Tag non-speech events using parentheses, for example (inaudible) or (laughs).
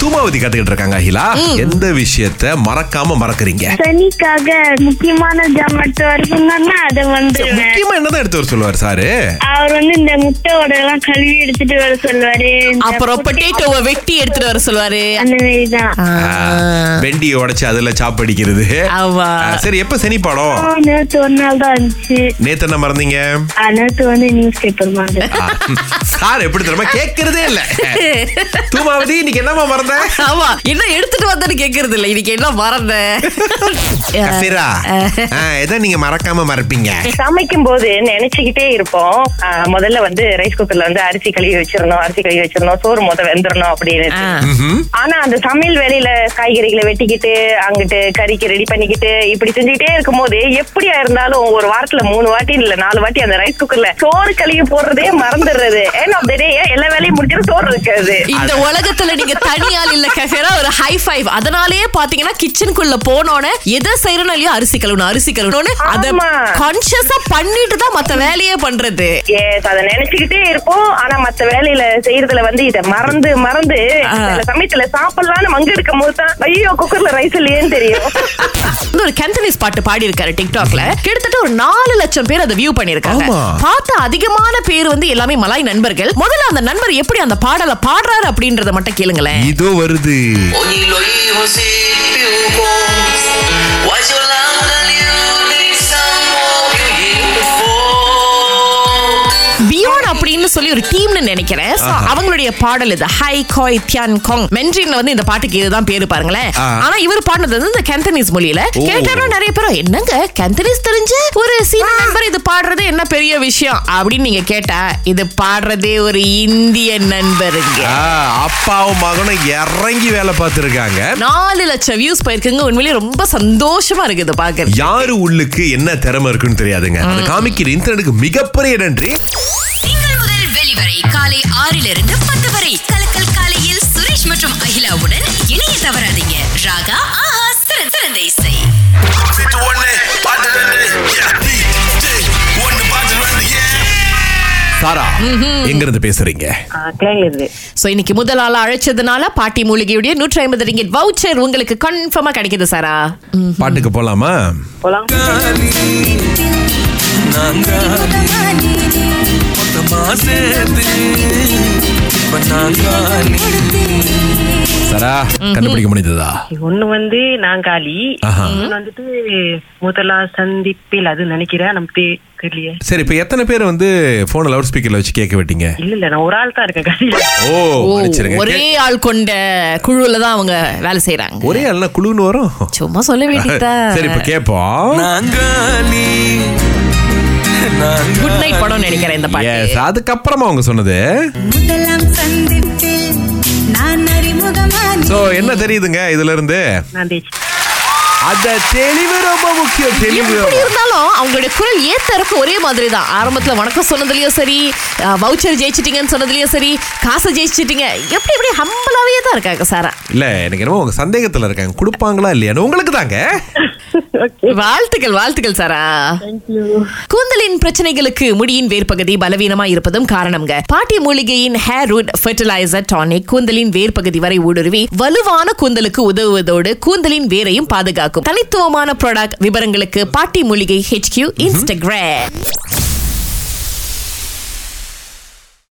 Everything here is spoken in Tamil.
சுமாவதி கத்துக்கிட்டு இருக்காங்க அகிலா எந்த விஷயத்த மறக்காம மறக்கறீங்க சனிக்காக முக்கியமான ஜாம் எடுத்து வர சொன்னாருன்னா அதை வந்துருவேன் முக்கியமா என்னதான் எடுத்து வர சொல்லுவார் சாரு அவர் வந்து இந்த முட்டையோட எல்லாம் கழுவி எடுத்துட்டு வர சொல்லுவாரு இந்த அப்புறம் பொட்டேட்டோவை வெட்டி எடுத்துட்டு வர சொல்லுவாரு அந்த மாதிரிதான் ஆ. வெண்டியை உடைச்சு அதுல சாப்படிக்கிறது ஆமா. சரி எப்ப சனி படம் ஆனா, நேத்து ஒரு நாள் தான் இருந்துச்சு நேத்து என்ன மறந்தீங்க ஆனா, நேத்து வந்து நியூஸ் பேப்பர் மாதிரி ஆ, சார் எப்படி தெரியுமா கேக்குறதே இல்ல தூமாவதி இன்னைக்கு என்னமா மறந்த ஆமா என்ன எடுத்துட்டு வந்தேன்னு கேக்குறது இல்ல இன்னைக்கு என்ன மறந்தேன் கசிரா ஆ, எதை நீங்க மறக்காம மறப்பீங்க சமைக்கும் போது நினைச்சுக்கிட்டே இருப்போம் ஆஹ் முதல்ல வந்து ரைஸ் குக்கர்ல வந்து அரிசி கழுவி வச்சிரணும் அரிசி கழுவி வச்சிரணும் சோறு முத வெந்துடணும் அப்படின்னு ஆ. ம்ஹும். ஆனா அந்த சமையல் வேலையில காய்கறிகளை வெட்டிக்கிட்டு அங்கிட்டு கறிக்கு ரெடி பண்ணிக்கிட்டு இப்படி செஞ்சுக்கிட்டே இருக்கும்போது எப்படியா இருந்தாலும் ஒரு வாரத்துல மூணு வாட்டி இல்ல நாலு வாட்டி அந்த ரைஸ் குக்கர்ல சோறு கழுவி போடுறதே மறந்துடுறது ஏன்னா அந்த டே எல்லா வேலையும் முடிஞ்சிடும் சோறு இருக்காது இந்த உலகத்துல நீங்க தனியால் இல்ல கஃபேரா ஒரு ஹை ஃபைவ் அதனாலயே பாத்தீங்கன்னா கிச்சனுக்குள்ள போனோனே எதை செய்யறோம் இல்லையோ அரிசி கழுவணும் அரிசி கழுவணும்னு அத ஆமா. கான்சியஸா பண்ணிட்டு தான் மத்த வேலையே பண்றது எஸ் அத நினைச்சுக்கிட்டே இருப்போம் ஆனா மத்த வேலையில செய்யறதுல வந்து இத மறந்து மறந்து ஆ. சில சமயத்துல சாப்பிடலாம்னு மங்க இருக்கும் போது தான் ஐயோ குக்கர்ல ரைஸ் இல்லையேன்னு தெரியும் வந்து ஒரு கேண்டனீஸ் பாட்டு பாடி இருக்காரு டிக்டாக்ல கிட்டத்தட்ட ஒரு நாலு லட்சம் பேர் அதை வியூ பண்ணிருக்காங்க ஆமா. பார்த்த அதிகமான பேர் வந்து எல்லாமே மலாய் நண்பர்கள் முதல்ல அந்த நண்பர் எப்படி அந்த பாடலை பாடுறாரு அப்படின்றத மட்டும் கேளுங்களேன் இதோ வருது Ogni lo io si più con Why so long the you need someone you need for peon அப்படின்னு சொல்லி ஒரு டீம்னு நினைக்கிறேன் So, அவங்களுடைய பாடல் இது ஹை கோய் தியான் கோங் மென்ட்ரின்ல வந்து இந்த பாட்டுக்கு இதுதான் பேரு பாருங்களேன் ஆ. ஆனா இவர் பாடினது வந்து இந்த கேந்தனீஸ் மொழியில ஓ. கேட்டாலும் நிறைய பேர் என்னங்க கேந்தனீஸ் தெரிஞ்ச ஒரு சீன நண்பர் இது பாடுறது என்ன பெரிய விஷயம் அப்படின்னு நீங்க கேட்டா இது பாடுறதே ஒரு இந்திய நண்பருங்க ஆ, அப்பாவும் மகனும் இறங்கி வேலை பார்த்திருக்காங்க நாலு லட்சம் வியூஸ் போயிருக்குங்க உண்மையிலேயே ரொம்ப சந்தோஷமா இருக்கு இதை பாக்குறது யாரு உள்ளுக்கு என்ன திறமை இருக்குன்னு தெரியாதுங்க அது காமிக்கிற இன்டர்நெட்டுக்கு மிகப்பெரிய நன்றி திங்கள் முதல் வெளிவரை காலை ஆறிலிருந்து பத்து வரை கலக்கல் காலையில் சுரேஷ் மற்றும் அகிலாவுடன் இணைய தவறாதீங்க ராகா ஆஹா சிறந்த சிறந்த இசை Fit to one day, body ready. Yeah, DJ, one the body ready, yeah. சாரா எங்க இருந்து பேசுறீங்க சோ இன்னைக்கு முதல் ஆளா அழைச்சதுனால பாட்டி மூலிகையுடைய நூற்றி ஐம்பது ரிங்கிட் வவுச்சர் உங்களுக்கு கன்ஃபார்மா கிடைக்குது சாரா ம். பாட்டுக்கு போலாமா சாரா கண்டுபிடிக்க முடிந்ததா (laughs) ஒண்ணு வந்து நாங்காலி ஆஹா. இன்னொன்னு வந்துட்டு முதலா சந்திப்பில் அது நினைக்கிறேன் நம்ம பே- தெரியலையே சரி இப்ப எத்தனை பேர் வந்து போன லவுட் ஸ்பீக்கர்ல வச்சு கேட்க விட்டீங்க இல்ல இல்ல நான் ஒரு ஆள் தான் இருக்கேன் காலியில ஓ ஓ, மன்னிச்சிடுங்க. ஒரே கே- ஆள் கொண்ட குழுல தான் அவங்க வேலை செய்யறாங்க ஒரே ஆள்னா குழுன்னு வரும் சும்மா சொல்ல வேண்டியதா (laughs) சரி இப்ப கேப்போம் குட் நைட் படம் நினைக்கிறேன் இந்த Yes, பாட்டு அதுக்கப்புறமா அவங்க சொன்னது சோ என்ன தெரியுதுங்க இதுல இருந்து நான் தேய்ச்சி அத தெளிவு ரொம்ப முக்கியம் தெளிவு எப்படி இருந்தாலும் அவங்களுடைய குரல் ஏத்தருக்கு ஒரே மாதிரி தான் ஆரம்பத்துல வணக்கம் சொன்னதுலயும் சரி வவுச்சர் ஜெயிச்சிட்டீங்கன்னு சொன்னதுலயும் சரி காசை ஜெயிச்சிட்டீங்க எப்படி எப்படி ஹம்பலாவே தான் இருக்காங்க சாரா இல்ல எனக்கு என்னமோ உங்க சந்தேகத்துல இருக்காங்க கொடுப்பாங்களா இல்லையான்னு உங்களுக்கு தாங்க வாழ்த்துக்கள் வாழ்த்துக்கள் சாரா கூந்தலின் பிரச்சனைகளுக்கு முடியின் வேர்ப்பகுதி பலவீனமா இருப்பதும் காரணம்ங்க பாட்டி மூலிகையின் ஹேர் ரூட் ஃபெர்டிலைசர் டானிக் கூந்தலின் வேர்ப்பகுதி வரை ஊடுருவி வலுவான கூந்தலுக்கு உதவுவதோடு கூந்தலின் வேரையும் பாதுகாக்கும் தனித்துவமான ப்ராடக்ட் விவரங்களுக்கு பாட்டி மூலிகை ஹெச்கியூ இன்ஸ்டாகிராம்